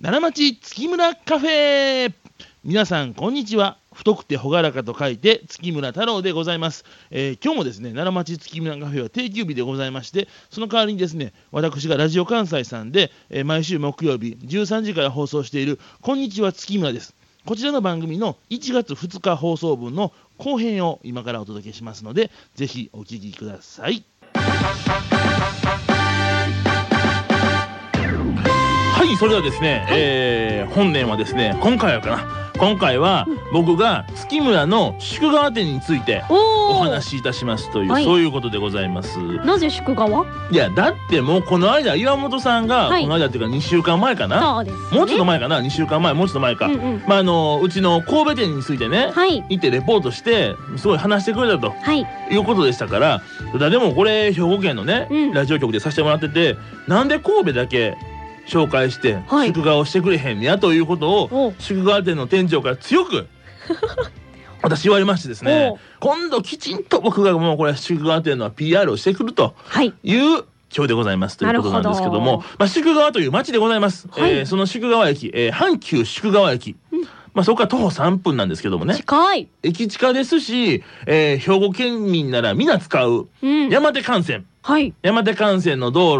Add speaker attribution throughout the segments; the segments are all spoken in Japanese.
Speaker 1: 奈良町月村カフェ皆さんこんにちは太くて朗らかと書いて月村太郎でございます、えー今日もですね奈良町月村カフェは定休日でございましてその代わりにですね私がラジオ関西さんで、えー毎週木曜日13時から放送している「こんにちは月村」ですこちらの番組の1月2日放送分の後編を今からお届けしますのでぜひお聞きくださいはい、それではですね、えー本年はですね、今回はかな。今回は僕が月村の宿川店について
Speaker 2: お
Speaker 1: お
Speaker 2: お。
Speaker 1: 話しいたしますという、
Speaker 2: はい
Speaker 1: そういうことでございます。
Speaker 2: なぜ宿川？
Speaker 1: いや、だってもうこの間、岩本さんが、
Speaker 2: はい
Speaker 1: この間っていうか2週間前かな。
Speaker 2: そうです、ね。
Speaker 1: もうちょっと前かな、2週間前、もうちょっと前か。
Speaker 2: うんうん。
Speaker 1: まあ、あの、うちの神戸店についてね、
Speaker 2: はい
Speaker 1: 行ってレポートして、すごい話してくれたと。
Speaker 2: はい。
Speaker 1: いうことでしたからだでもこれ兵庫県のね、
Speaker 2: うん
Speaker 1: ラジオ局でさせてもらっててなんで神戸だけ紹介して
Speaker 2: はい
Speaker 1: 祝賀をしてくれへんねやということを、
Speaker 2: おう
Speaker 1: 祝賀店の店長から強 く私言われましてですね今度きちんと僕がもうこれ祝賀店の PR をしてくると
Speaker 2: はい。
Speaker 1: いう今日でございますということなんですけど
Speaker 2: なる
Speaker 1: も
Speaker 2: ほど
Speaker 1: まあ、宿川という町でございます、
Speaker 2: はい
Speaker 1: えーその宿川駅、えー阪急宿川駅、まあ、そこから徒歩3分なんですけどもね
Speaker 2: 近い。
Speaker 1: 駅近ですし、えー兵庫県民なら皆使う
Speaker 2: うん。
Speaker 1: 山手幹線。
Speaker 2: はい。
Speaker 1: 山手幹線の道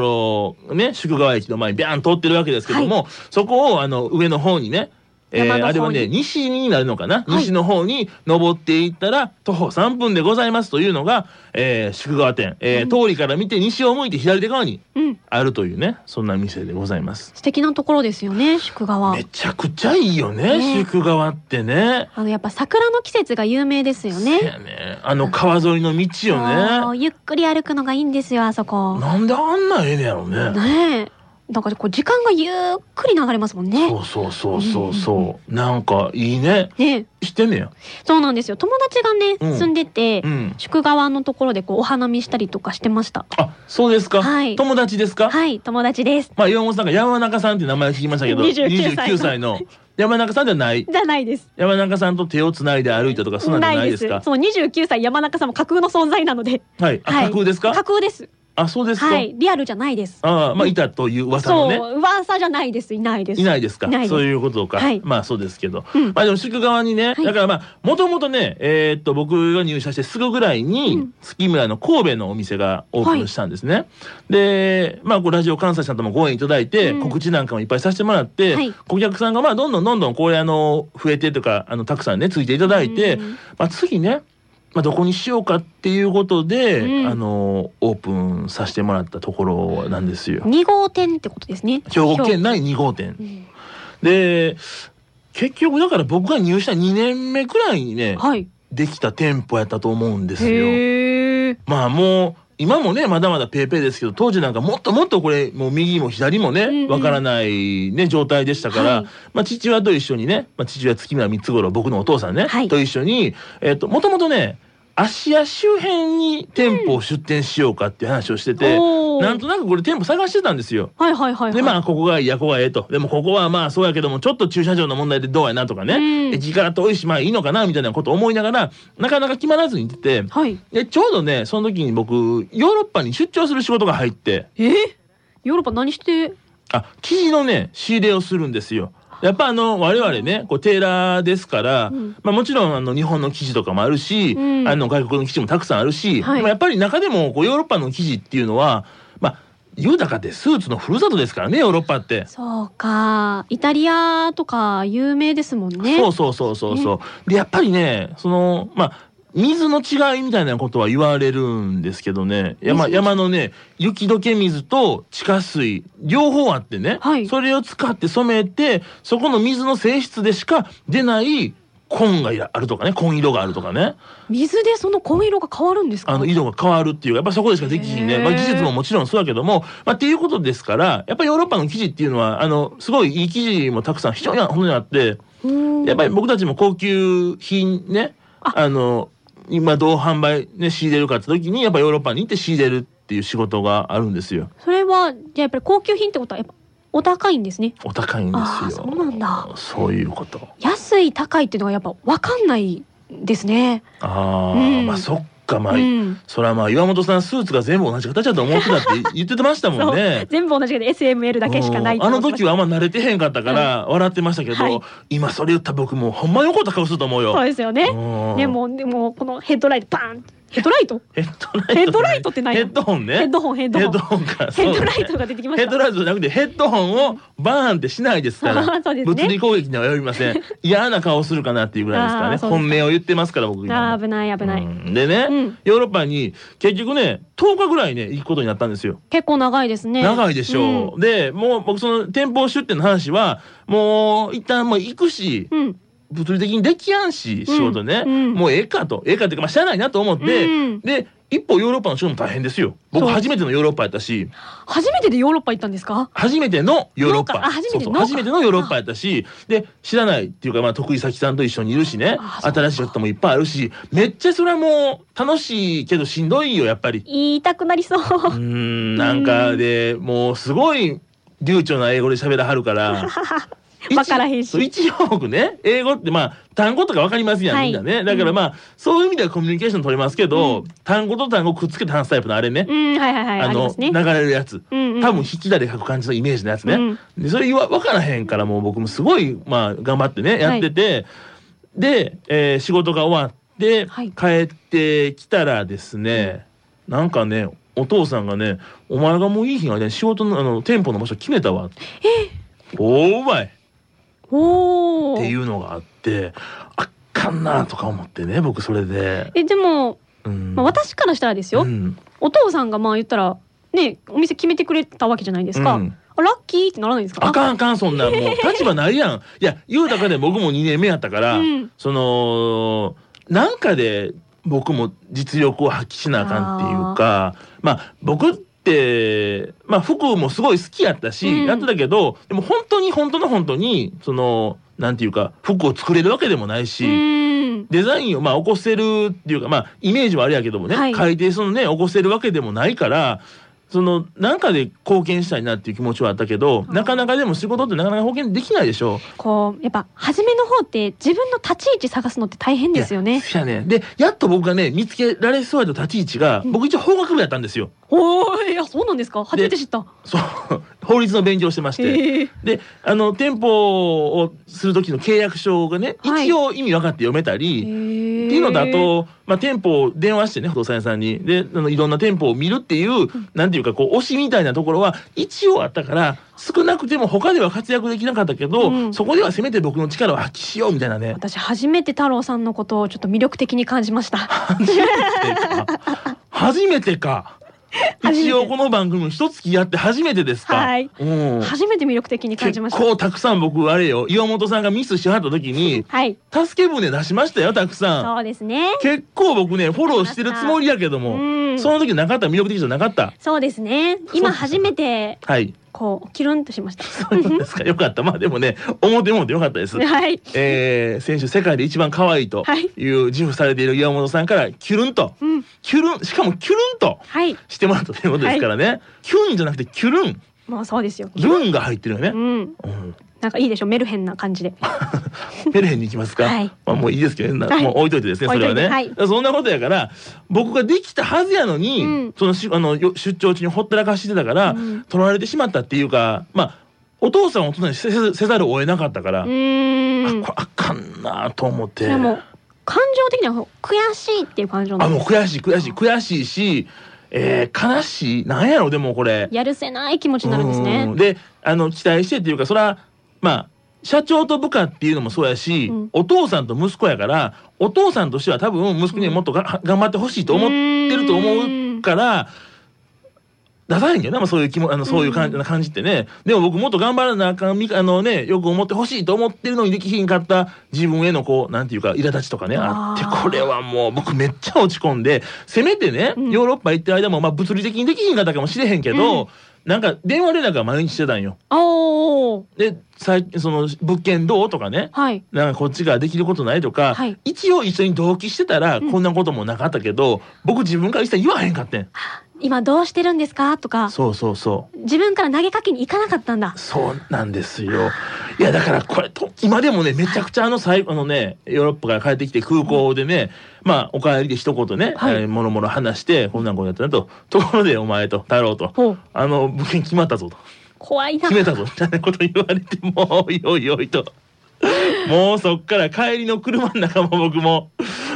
Speaker 1: 路をね、宿川駅の前にビャーン通ってるわけですけども、そこをあの上の方にね、えー
Speaker 2: 山の方に
Speaker 1: あれはね、西になるのかな、
Speaker 2: はい
Speaker 1: 西の方に登っていったら、徒歩3分でございますというのが、えー宿川店、えー通りから見て西を向いて左手側に
Speaker 2: うん。
Speaker 1: あるというね、そんな店でございます。
Speaker 2: 素敵なところですよね、宿川
Speaker 1: め。ちゃくちゃいいよね、
Speaker 2: ね
Speaker 1: 宿川ってね。
Speaker 2: あのやっぱ桜の季節が有名ですよ
Speaker 1: せ
Speaker 2: ね。
Speaker 1: やね。あの川沿いの道よね。
Speaker 2: そうゆっくり歩くのがいいんですよ、あそこ。
Speaker 1: なんであんなええねやろね。
Speaker 2: ねえ。なんかこう時間がゆっくり流れますもんね
Speaker 1: そ。うそうそうそうそう。なんかいいね。
Speaker 2: ねえ
Speaker 1: してんねや。
Speaker 2: そうなんですよ。友達がね、
Speaker 1: うん
Speaker 2: 住んでて、
Speaker 1: うん。
Speaker 2: 宿川のところでこうお花見したりとかしてました。
Speaker 1: あ、そうですか。
Speaker 2: はい
Speaker 1: 友達ですか。
Speaker 2: はい、友達です。
Speaker 1: まあ山本さんが山中さんって名前を聞きましたけど、
Speaker 2: 29歳
Speaker 1: 29歳の山中さんではない。
Speaker 2: じゃないです。
Speaker 1: 山中さんと手をつないで歩いたとかそうなんじゃないですか。
Speaker 2: そう、二十九歳山中さんも架空の存在なので。
Speaker 1: はい。あ、架空ですか
Speaker 2: 架。空です。
Speaker 1: あ、そうですか。
Speaker 2: はい、リアルじゃないです。
Speaker 1: ああ、まあいたという噂
Speaker 2: そ
Speaker 1: の
Speaker 2: う、
Speaker 1: ね。
Speaker 2: 噂じゃないです。いないです。
Speaker 1: いないですか
Speaker 2: いないです
Speaker 1: そういうことか、
Speaker 2: はい
Speaker 1: まあそうですけど、
Speaker 2: うん
Speaker 1: まあでも宿川にね、
Speaker 2: はい
Speaker 1: だからまあもともとねえーっと僕が入社してすぐぐらいに、
Speaker 2: うん
Speaker 1: 月村の神戸のお店がオープンしたんですね、でまあこうラジオ関西さんともご縁いただいて、
Speaker 2: うん
Speaker 1: 告知なんかもいっぱいさせてもらって、
Speaker 2: はい
Speaker 1: 顧客さんがまあどんどんどんどんこういうあの増えてとかあのたくさんねついていただいて、
Speaker 2: うん
Speaker 1: まあ次ねまあ、どこにしようかっていうことで、
Speaker 2: うん
Speaker 1: あのオープンさせてもらったところなんですよ。
Speaker 2: 二号店ってことですね。
Speaker 1: 兵庫県内2号店
Speaker 2: 兵庫。うん
Speaker 1: で結局だから僕が入社2年目くらいにね
Speaker 2: はい。
Speaker 1: できた店舗やったと思うんですよ。
Speaker 2: へえ。
Speaker 1: まあもう今もねまだまだペーペーですけど当時なんかもっともっとこれもう右も左も
Speaker 2: うん
Speaker 1: ね
Speaker 2: うん
Speaker 1: わからないね状態でしたから、
Speaker 2: はい
Speaker 1: まあ父親と一緒にね、まあ、父親月村三つ頃僕のお父さんね、
Speaker 2: はい
Speaker 1: と一緒にえっともともとね芦屋周辺に店舗を出店しようかっていう話をしてて、
Speaker 2: おー
Speaker 1: なんとなくこれ店舗探してたんですよ。
Speaker 2: はいはいはいはい。
Speaker 1: でまあここがいいやここがええとでもここはまあそうやけどもちょっと駐車場の問題でどうやなとかね、
Speaker 2: うん
Speaker 1: 駅から遠いしまあいいのかなみたいなことを思いながらなかなか決まらずにいてて
Speaker 2: はい。
Speaker 1: でちょうどねその時に僕ヨーロッパに出張する仕事が入って
Speaker 2: えヨーロッパ何して。
Speaker 1: あ生地のね仕入れをするんですよ。やっぱあの我々ねこうテーラーですから、
Speaker 2: うん
Speaker 1: まあ、もちろんあの日本の生地とかもあるし、
Speaker 2: うん
Speaker 1: あの外国の生地もたくさんあるし、
Speaker 2: はい
Speaker 1: でもやっぱり中でもこうヨーロッパの生地っていうのはまあ豊かでスーツのふるさとですからねヨーロッパって。
Speaker 2: そうか。イタリアとか有名ですもんね。
Speaker 1: そうそうそうそうそう。でやっぱりねそのまあ水の違いみたいなことは言われるんですけどね山
Speaker 2: 水の違い
Speaker 1: 山のね雪解け水と地下水両方あってね、
Speaker 2: はい
Speaker 1: それを使って染めてそこの水の性質でしか出ない紺がいらあるとかね紺色があるとかね
Speaker 2: 水でその紺色が変わるんですか。
Speaker 1: あの色が変わるっていうやっぱそこでしかできひんね、
Speaker 2: へー
Speaker 1: まあ、技術ももちろんそうだけども、まあ、っていうことですからやっぱりヨーロッパの生地っていうのはあのすごいいい生地もたくさん非常に本当にあって。
Speaker 2: うん
Speaker 1: やっぱり僕たちも高級品ね、
Speaker 2: あ
Speaker 1: あの、今どう販売ね、仕入れるかって時に、やっぱヨーロッパに行って仕入れるっていう仕事があるんですよ。
Speaker 2: それはじゃあやっぱり高級品ってことはやっぱお高いんですね。
Speaker 1: お高いんで
Speaker 2: ああ
Speaker 1: す
Speaker 2: そ
Speaker 1: よ。
Speaker 2: うなんだ。
Speaker 1: そういうこと。
Speaker 2: 安い高いっていうのがやっぱわかんないですね。
Speaker 1: ああ、
Speaker 2: うん
Speaker 1: まあそっかまあ、
Speaker 2: うん、。
Speaker 1: そらまあ岩本さんスーツが全部同じ形だと思ってたって言ってましたもんね
Speaker 2: 全部同じけど SML だけしかな
Speaker 1: う
Speaker 2: い
Speaker 1: んあの時
Speaker 2: は
Speaker 1: はあんま慣れてへんかったから笑ってましたけど、
Speaker 2: はい
Speaker 1: 今それ言った僕もうほんまに怒った顔すると思うよ。
Speaker 2: そうですよね
Speaker 1: うん
Speaker 2: ねもうでもこのヘッドライトバーンヘッドライト
Speaker 1: ヘッドライト
Speaker 2: ヘッドライトってない
Speaker 1: ヘ
Speaker 2: の
Speaker 1: ッドホンね。
Speaker 2: ヘッドホンヘッドホン
Speaker 1: ホンか。
Speaker 2: ヘ
Speaker 1: そう
Speaker 2: ッ
Speaker 1: ね
Speaker 2: ドライトが出てきま
Speaker 1: ヘ
Speaker 2: し
Speaker 1: ッド
Speaker 2: た
Speaker 1: ライトじゃなくてヘッドホンをバーンってしないですから、
Speaker 2: そうですね
Speaker 1: 物理攻撃には及びま せん嫌な顔するかなっていうぐらいですからね
Speaker 2: あーそうです
Speaker 1: 本命を言ってますから僕今
Speaker 2: あー危ない危ない、
Speaker 1: うんでね、
Speaker 2: うん
Speaker 1: ヨーロッパに結局ね10日ぐらいね行くことになったんですよ
Speaker 2: 結構長いですね
Speaker 1: 長いでしょう、
Speaker 2: う
Speaker 1: でもう僕その店舗出店の話はもう一旦もう行くし
Speaker 2: うん、うん
Speaker 1: 物理的にできやんし仕事ね、
Speaker 2: うんうん
Speaker 1: もうええかとええかっていうかまあしゃあないなと思って、
Speaker 2: うん
Speaker 1: で一方ヨーロッパの仕事も大変ですよ僕
Speaker 2: そう
Speaker 1: 初めてのヨーロッパやったし
Speaker 2: 初めてでヨーロッパ行ったんですか
Speaker 1: 初めてのヨーロッ
Speaker 2: そうか
Speaker 1: パ
Speaker 2: あ初めての
Speaker 1: そうそう初めてのヨーロッパやったしで知らないっていうか、まあ、得意先さんと一緒にいるしね
Speaker 2: あそうか
Speaker 1: 新しいこともいっぱいあるしめっちゃそれはもう楽しいけどしんどいよやっぱり。
Speaker 2: 言いたくなりそう
Speaker 1: うーんなんかでもうすごい流暢な英語で喋らはるから
Speaker 2: わからへんし
Speaker 1: そう一応ね英語ってまあ単語とかわかりますやん、
Speaker 2: はい
Speaker 1: みんなねだからまあ、そういう意味ではコミュニケーション取れますけど、
Speaker 2: うん
Speaker 1: 単語と単語くっつけて話すタイプのあれね、
Speaker 2: うんはいはいはいあ
Speaker 1: あ
Speaker 2: りま
Speaker 1: の
Speaker 2: すね
Speaker 1: 流れるやつ、
Speaker 2: うんうん
Speaker 1: 多分引きだで書く感じのイメージのやつね、
Speaker 2: うん
Speaker 1: でそれわ分からへんからもう僕もすごい、まあ、頑張ってねやってて、で、えー仕事が終わって
Speaker 2: はい
Speaker 1: 帰ってきたらですね、なんかねお父さんがね「お前がもういい日がね仕事のあの店舗の場所決めたわ」おうまい!」
Speaker 2: おお
Speaker 1: っていうのがあってあっかんなとか思ってね僕それで。
Speaker 2: えでも、
Speaker 1: うん
Speaker 2: まあ、私からしたらですよ、
Speaker 1: うん
Speaker 2: お父さんがまあ言ったらねお店決めてくれたわけじゃないですか、
Speaker 1: うん
Speaker 2: あラッキーってならないんですか
Speaker 1: あかんあかんそんなんもう立場ないやんいや言うたかで僕も2年目やったから、
Speaker 2: うん
Speaker 1: そのなんかで僕も実力を発揮しなあかんっていうかまあ僕ってまあ服もすごい好きやったし、
Speaker 2: うん
Speaker 1: やってたけどでも本当に本当の本当にそのなんていうか服を作れるわけでもないし。
Speaker 2: うん
Speaker 1: デザインをまあ起こせるっていうかまあイメージはあれやけどもね、
Speaker 2: はい
Speaker 1: 改定そのね起こせるわけでもないからそのなんかで貢献したいなっていう気持ちはあったけど
Speaker 2: あー
Speaker 1: なかなかでも仕事ってなかなか貢献できないでしょ
Speaker 2: こうやっぱ初めの方って自分の立ち位置探すのって大変ですよね
Speaker 1: そうやねでやっと僕がね見つけられそうやった立ち位置が、
Speaker 2: うん
Speaker 1: 僕一応法学部やったんですよ
Speaker 2: おーいやそうなんですか初めて知った
Speaker 1: そう 法律の勉強してまして、
Speaker 2: へえ
Speaker 1: であの店舗をする時の契約書がね、
Speaker 2: はい
Speaker 1: 一応意味分かって読めたり、って
Speaker 2: い
Speaker 1: いうのだと、まあ、店舗を電話してね不動産屋さんにであのいろんな店舗を見るっていう、なんていうかこう推しみたいなところは一応あったから少なくても他では活躍できなかったけど、
Speaker 2: うん
Speaker 1: そこではせめて僕の力を発揮しようみたいなね。
Speaker 2: 私初めて太郎さんのことをちょっと魅力的に感じました
Speaker 1: 初め てか初めてか
Speaker 2: 初めて
Speaker 1: 一応この番組も一月やって初めてですか。
Speaker 2: はい
Speaker 1: うん
Speaker 2: 初めて魅力的に感じました
Speaker 1: 結構たくさん僕あれよ岩本さんがミスしはった時 に
Speaker 2: はい
Speaker 1: 助け舟出しましたよたくさん。
Speaker 2: そうですね
Speaker 1: 結構僕ねフォローしてるつもりやけども、
Speaker 2: うん
Speaker 1: その時なかった魅力的じゃなかった
Speaker 2: そうですね今初めて
Speaker 1: はい
Speaker 2: こうキュルンとしました
Speaker 1: そういうことですかよかったまあでもね表もでよかったです、
Speaker 2: はい
Speaker 1: えー、先週世界で一番可愛いと
Speaker 2: はい
Speaker 1: いう自負されている岩本さんからキュルンと、
Speaker 2: うん
Speaker 1: キュルンしかもキュルンと
Speaker 2: はい
Speaker 1: してもらったということですからね、キュンじゃなくてキュルン
Speaker 2: まあそうですよ
Speaker 1: ルンが入ってるよね
Speaker 2: う、ん
Speaker 1: うん、
Speaker 2: なんかいいでしょメルヘンな感じで。
Speaker 1: メルヘンに行きますか、
Speaker 2: はい
Speaker 1: まあ、もういいですけど、ね
Speaker 2: はい
Speaker 1: もう置いといてですねそれはね、
Speaker 2: 置いといて
Speaker 1: そんなことやから僕ができたはずやのに、
Speaker 2: うん
Speaker 1: そのしあのよ出張中にほったらかしてたから、
Speaker 2: うん
Speaker 1: 取られてしまったっていうかまあお父さんをお父さんにせせせざるを得なかったから、
Speaker 2: う
Speaker 1: あ
Speaker 2: ーん。
Speaker 1: これあかんなと思って
Speaker 2: それもう感情的には悔しいっていう感情な
Speaker 1: あ
Speaker 2: ん
Speaker 1: もう
Speaker 2: です。
Speaker 1: 悔しい悔しい悔しいし、えー悲しいなんやろでもこれ。
Speaker 2: やるせない気持ちになるんです
Speaker 1: う
Speaker 2: ね。
Speaker 1: であの期待してっていうかそれはまあ社長と部下っていうのもそうやし、
Speaker 2: うん
Speaker 1: お父さんと息子やからお父さんとしては多分息子にはもっとが、頑張ってほしいと思ってると思うから。ダサいんだよね、まあ、そういう気もあのそういう感じ,、感じってねでも僕もっと頑張らなあかんみあのねよく思ってほしいと思ってるのにできひんかった自分へのこうなんていうか苛立ちとかねあって
Speaker 2: あー
Speaker 1: これはもう僕めっちゃ落ち込んでせめてね、
Speaker 2: うん
Speaker 1: ヨーロッパ行ってる間も、まあ、物理的にできひんかったかもしれへんけど、
Speaker 2: う
Speaker 1: なんか電話連絡が毎日してたんよ。
Speaker 2: おお。
Speaker 1: でさいその物件どうとかね
Speaker 2: はい。
Speaker 1: なんかこっちができることないとか、
Speaker 2: はい
Speaker 1: 一応一緒に同期してたら
Speaker 2: ん
Speaker 1: こんなこともなかったけど、僕自分から一切言わへんかってん。
Speaker 2: 今どうしてるんですかとか
Speaker 1: そうそうそ
Speaker 2: 自分から投げかけに行かなかったんだ
Speaker 1: う。そうなんですよ。いやだからこれと今でもねめちゃくちゃあの最後あのねヨーロッパから帰ってきて空港でね、まあお帰りで一言ね、
Speaker 2: はい
Speaker 1: えーもろもろ話してこんなんこうやったなとところでお前と太郎と
Speaker 2: ほう
Speaker 1: あの物件決まったぞと
Speaker 2: 怖いな
Speaker 1: 決めた ぞみたいなこと言われてもうおいおいおいともうそっから帰りの車の中も僕も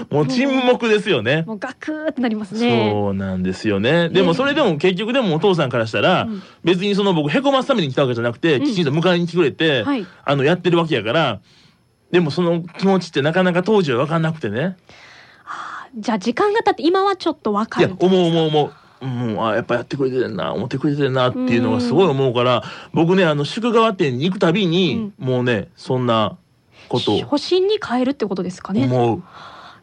Speaker 1: もう沈黙ですよね。
Speaker 2: もうガクーってなりますね。
Speaker 1: そうなんですよね。でもそれでも結局でもお父さんからしたら、
Speaker 2: うん
Speaker 1: 別にその僕へこますために来たわけじゃなくて、
Speaker 2: うん
Speaker 1: きちんと迎えに来てくれて、
Speaker 2: はい
Speaker 1: あのやってるわけやから。でもその気持ちってなかなか当時は分かんなくてね。
Speaker 2: じゃあ時間が経って今はちょっとわか
Speaker 1: いや
Speaker 2: る。
Speaker 1: 思う思う思う。うん、あやっぱやってくれてるな思ってくれてるなっていうのがすごい思うから僕ねあの宿川店に行くたびに、もうねそんなことを
Speaker 2: 保身に変えるってことですかね。
Speaker 1: 思う、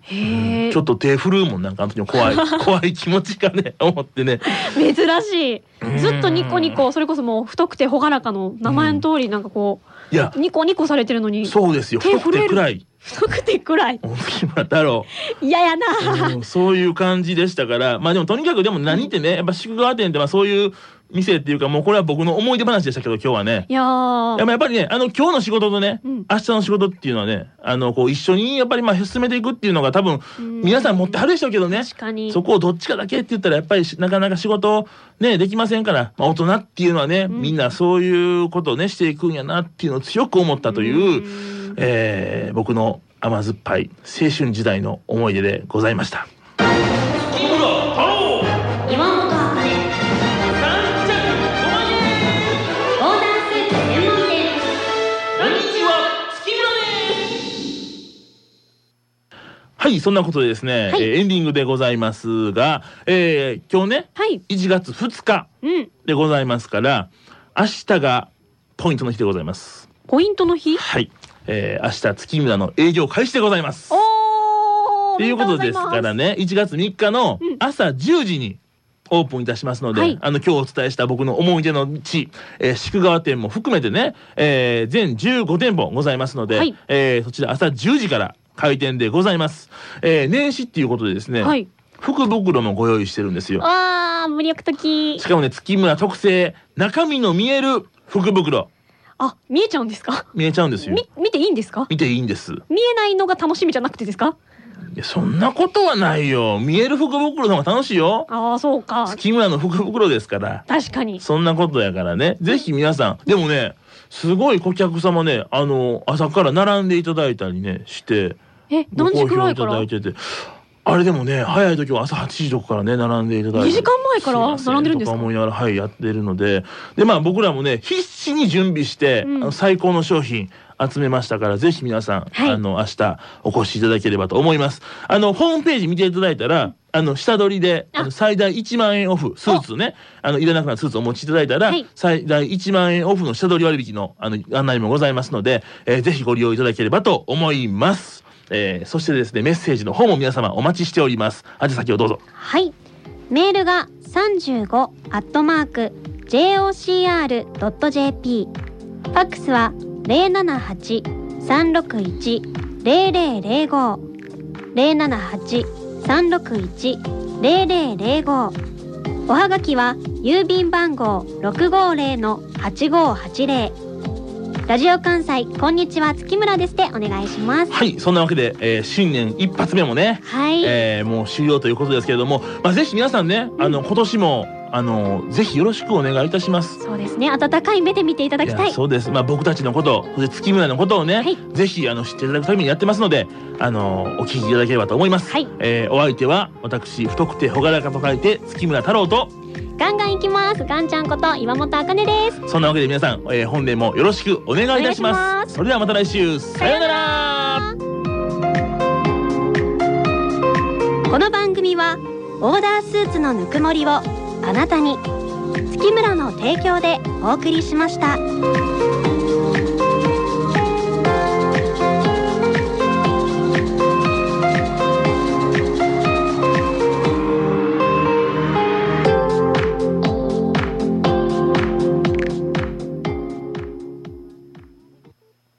Speaker 2: へ
Speaker 1: う
Speaker 2: え
Speaker 1: んちょっと手振るもんなんかあの時の怖い 怖い気持ちがね思ってね
Speaker 2: 珍しい。ずっとニコニコそれこそもう太くて朗らかの名前の通りなんかこ
Speaker 1: いや
Speaker 2: うニコニコされてるのに
Speaker 1: そうですよ
Speaker 2: 手
Speaker 1: 太く
Speaker 2: 震え
Speaker 1: て
Speaker 2: る
Speaker 1: 暗い
Speaker 2: 太くて暗い
Speaker 1: 木村太郎、
Speaker 2: 嫌やな。
Speaker 1: うんそういう感じでしたからまあでもとにかくでも何ってねやっぱ宿川店ってまあそういう店っていうかもうこれは僕の思い出話でしたけど今日はね
Speaker 2: いや
Speaker 1: いや
Speaker 2: ー
Speaker 1: まあやっぱりねあの今日の仕事とね、
Speaker 2: うん
Speaker 1: 明日の仕事っていうのはねあのこう一緒にやっぱりまあ進めていくっていうのが多分
Speaker 2: うん
Speaker 1: 皆さん持ってはるでしょうけどね
Speaker 2: 確かに
Speaker 1: そこをどっちかだけって言ったらやっぱりしなかなか仕事ねできませんから、まあ、大人っていうのはね、
Speaker 2: ん
Speaker 1: みんなそういうことをねしていくんやなっていうのを強く思ったという、
Speaker 2: うん
Speaker 1: えー僕の甘酸っぱい青春時代の思い出でございました。
Speaker 2: 岩本茜オーダースーツ専門店
Speaker 1: はい、そんなことでですね、
Speaker 2: はい
Speaker 1: えーエンディングでございますが、えー今日ね、
Speaker 2: はい
Speaker 1: 1月2日
Speaker 2: うん
Speaker 1: でございますから、明日がポイントの日でございます。
Speaker 2: ポイントの日
Speaker 1: はい、えー明日月村の営業開始でございます。
Speaker 2: おー
Speaker 1: ということですからね、1月3日の
Speaker 2: うん
Speaker 1: 朝10時にオープンいたしますので、
Speaker 2: はい
Speaker 1: あの今日お伝えした僕の思い出の地、えー、宿川店も含めてね、えー全15店舗ございますので、
Speaker 2: はい
Speaker 1: えーそちら朝10時から開店でございます。えー年始っていうことでですね、
Speaker 2: はい
Speaker 1: 福袋もご用意してるんですよ。
Speaker 2: あー無力的
Speaker 1: しかもね、月村特製、中身の見える福袋、
Speaker 2: あ見えちゃうんですか
Speaker 1: 見えちゃうんですよ
Speaker 2: み。見ていいんですか
Speaker 1: 見ていいんです。
Speaker 2: 見えないのが楽しみじゃなくてですか
Speaker 1: いやそんなことはないよ。見える福袋の方が楽しいよ。
Speaker 2: ああそうか
Speaker 1: 月村の福袋ですから。
Speaker 2: 確かに
Speaker 1: そんなことやからね。ぜひ皆さん、でもね、すごい顧客様ね、あの、朝から並んでいただいたりね、して、
Speaker 2: え
Speaker 1: ご
Speaker 2: 何時
Speaker 1: 好
Speaker 2: く
Speaker 1: 評
Speaker 2: ら
Speaker 1: い
Speaker 2: い
Speaker 1: た
Speaker 2: か
Speaker 1: だ
Speaker 2: ら
Speaker 1: いてて、あれでもね、早い時は朝8時とかからね、並んでいただいて。
Speaker 2: 二時間前から並んでるんですか
Speaker 1: すいませとか思いながら、はい、やってるので、で、まあ僕らもね、必死に準備して、
Speaker 2: うん
Speaker 1: あの最高の商品、集めましたから、ぜひ皆さん、
Speaker 2: はい
Speaker 1: あの、明日、お越しいただければと思います。あの、ホームページ見ていただいたら、あの、下取りで、
Speaker 2: あ
Speaker 1: あの最大1万円オフ、スーツね、あの、いらなくなるスーツをお持ちいただいたら、
Speaker 2: はい
Speaker 1: 最大1万円オフの下取り割引の、あの、案内もございますので、えーぜひご利用いただければと思います。えーそしてですね、メッセージの方も皆様お待ちしております。あじ先をどうぞ。
Speaker 3: はい。メールが三十五アットマーク j o c r ドット j p。ファックスは零七八三六一零零零五零七八三六一零零零五。おはがきは郵便番号六五零の八五八零。ラジオ関西こんにちは月村ですでお願いします。
Speaker 1: はい、そんなわけで、えー新年一発目もね、
Speaker 3: はい。
Speaker 1: えーもう終了ということですけれども、まあ、ぜひ皆さんね、あの今年もあのぜひよろしくお願いいたします。
Speaker 3: そうですね温かい目で見ていただきた
Speaker 1: い
Speaker 3: い
Speaker 1: やそうです。まあ僕たちのこと、そして月村のことをね、
Speaker 3: はい
Speaker 1: ぜひあの知っていただくためにやってますので、あのお聞きいただければと思います。
Speaker 3: はい
Speaker 1: えーお相手は私太くて朗らかと書いて月村太郎と、
Speaker 3: ガンガン行きます。ガンちゃんこと岩本あかねです。
Speaker 1: そんなわけで皆さん、えー本年もよろしくお願いいたしま
Speaker 3: お
Speaker 1: す。
Speaker 3: 願いします
Speaker 1: それではまた来週さようなら。
Speaker 3: この番組はオーダースーツのぬくもりをあなたに月村の提供でお送りしました。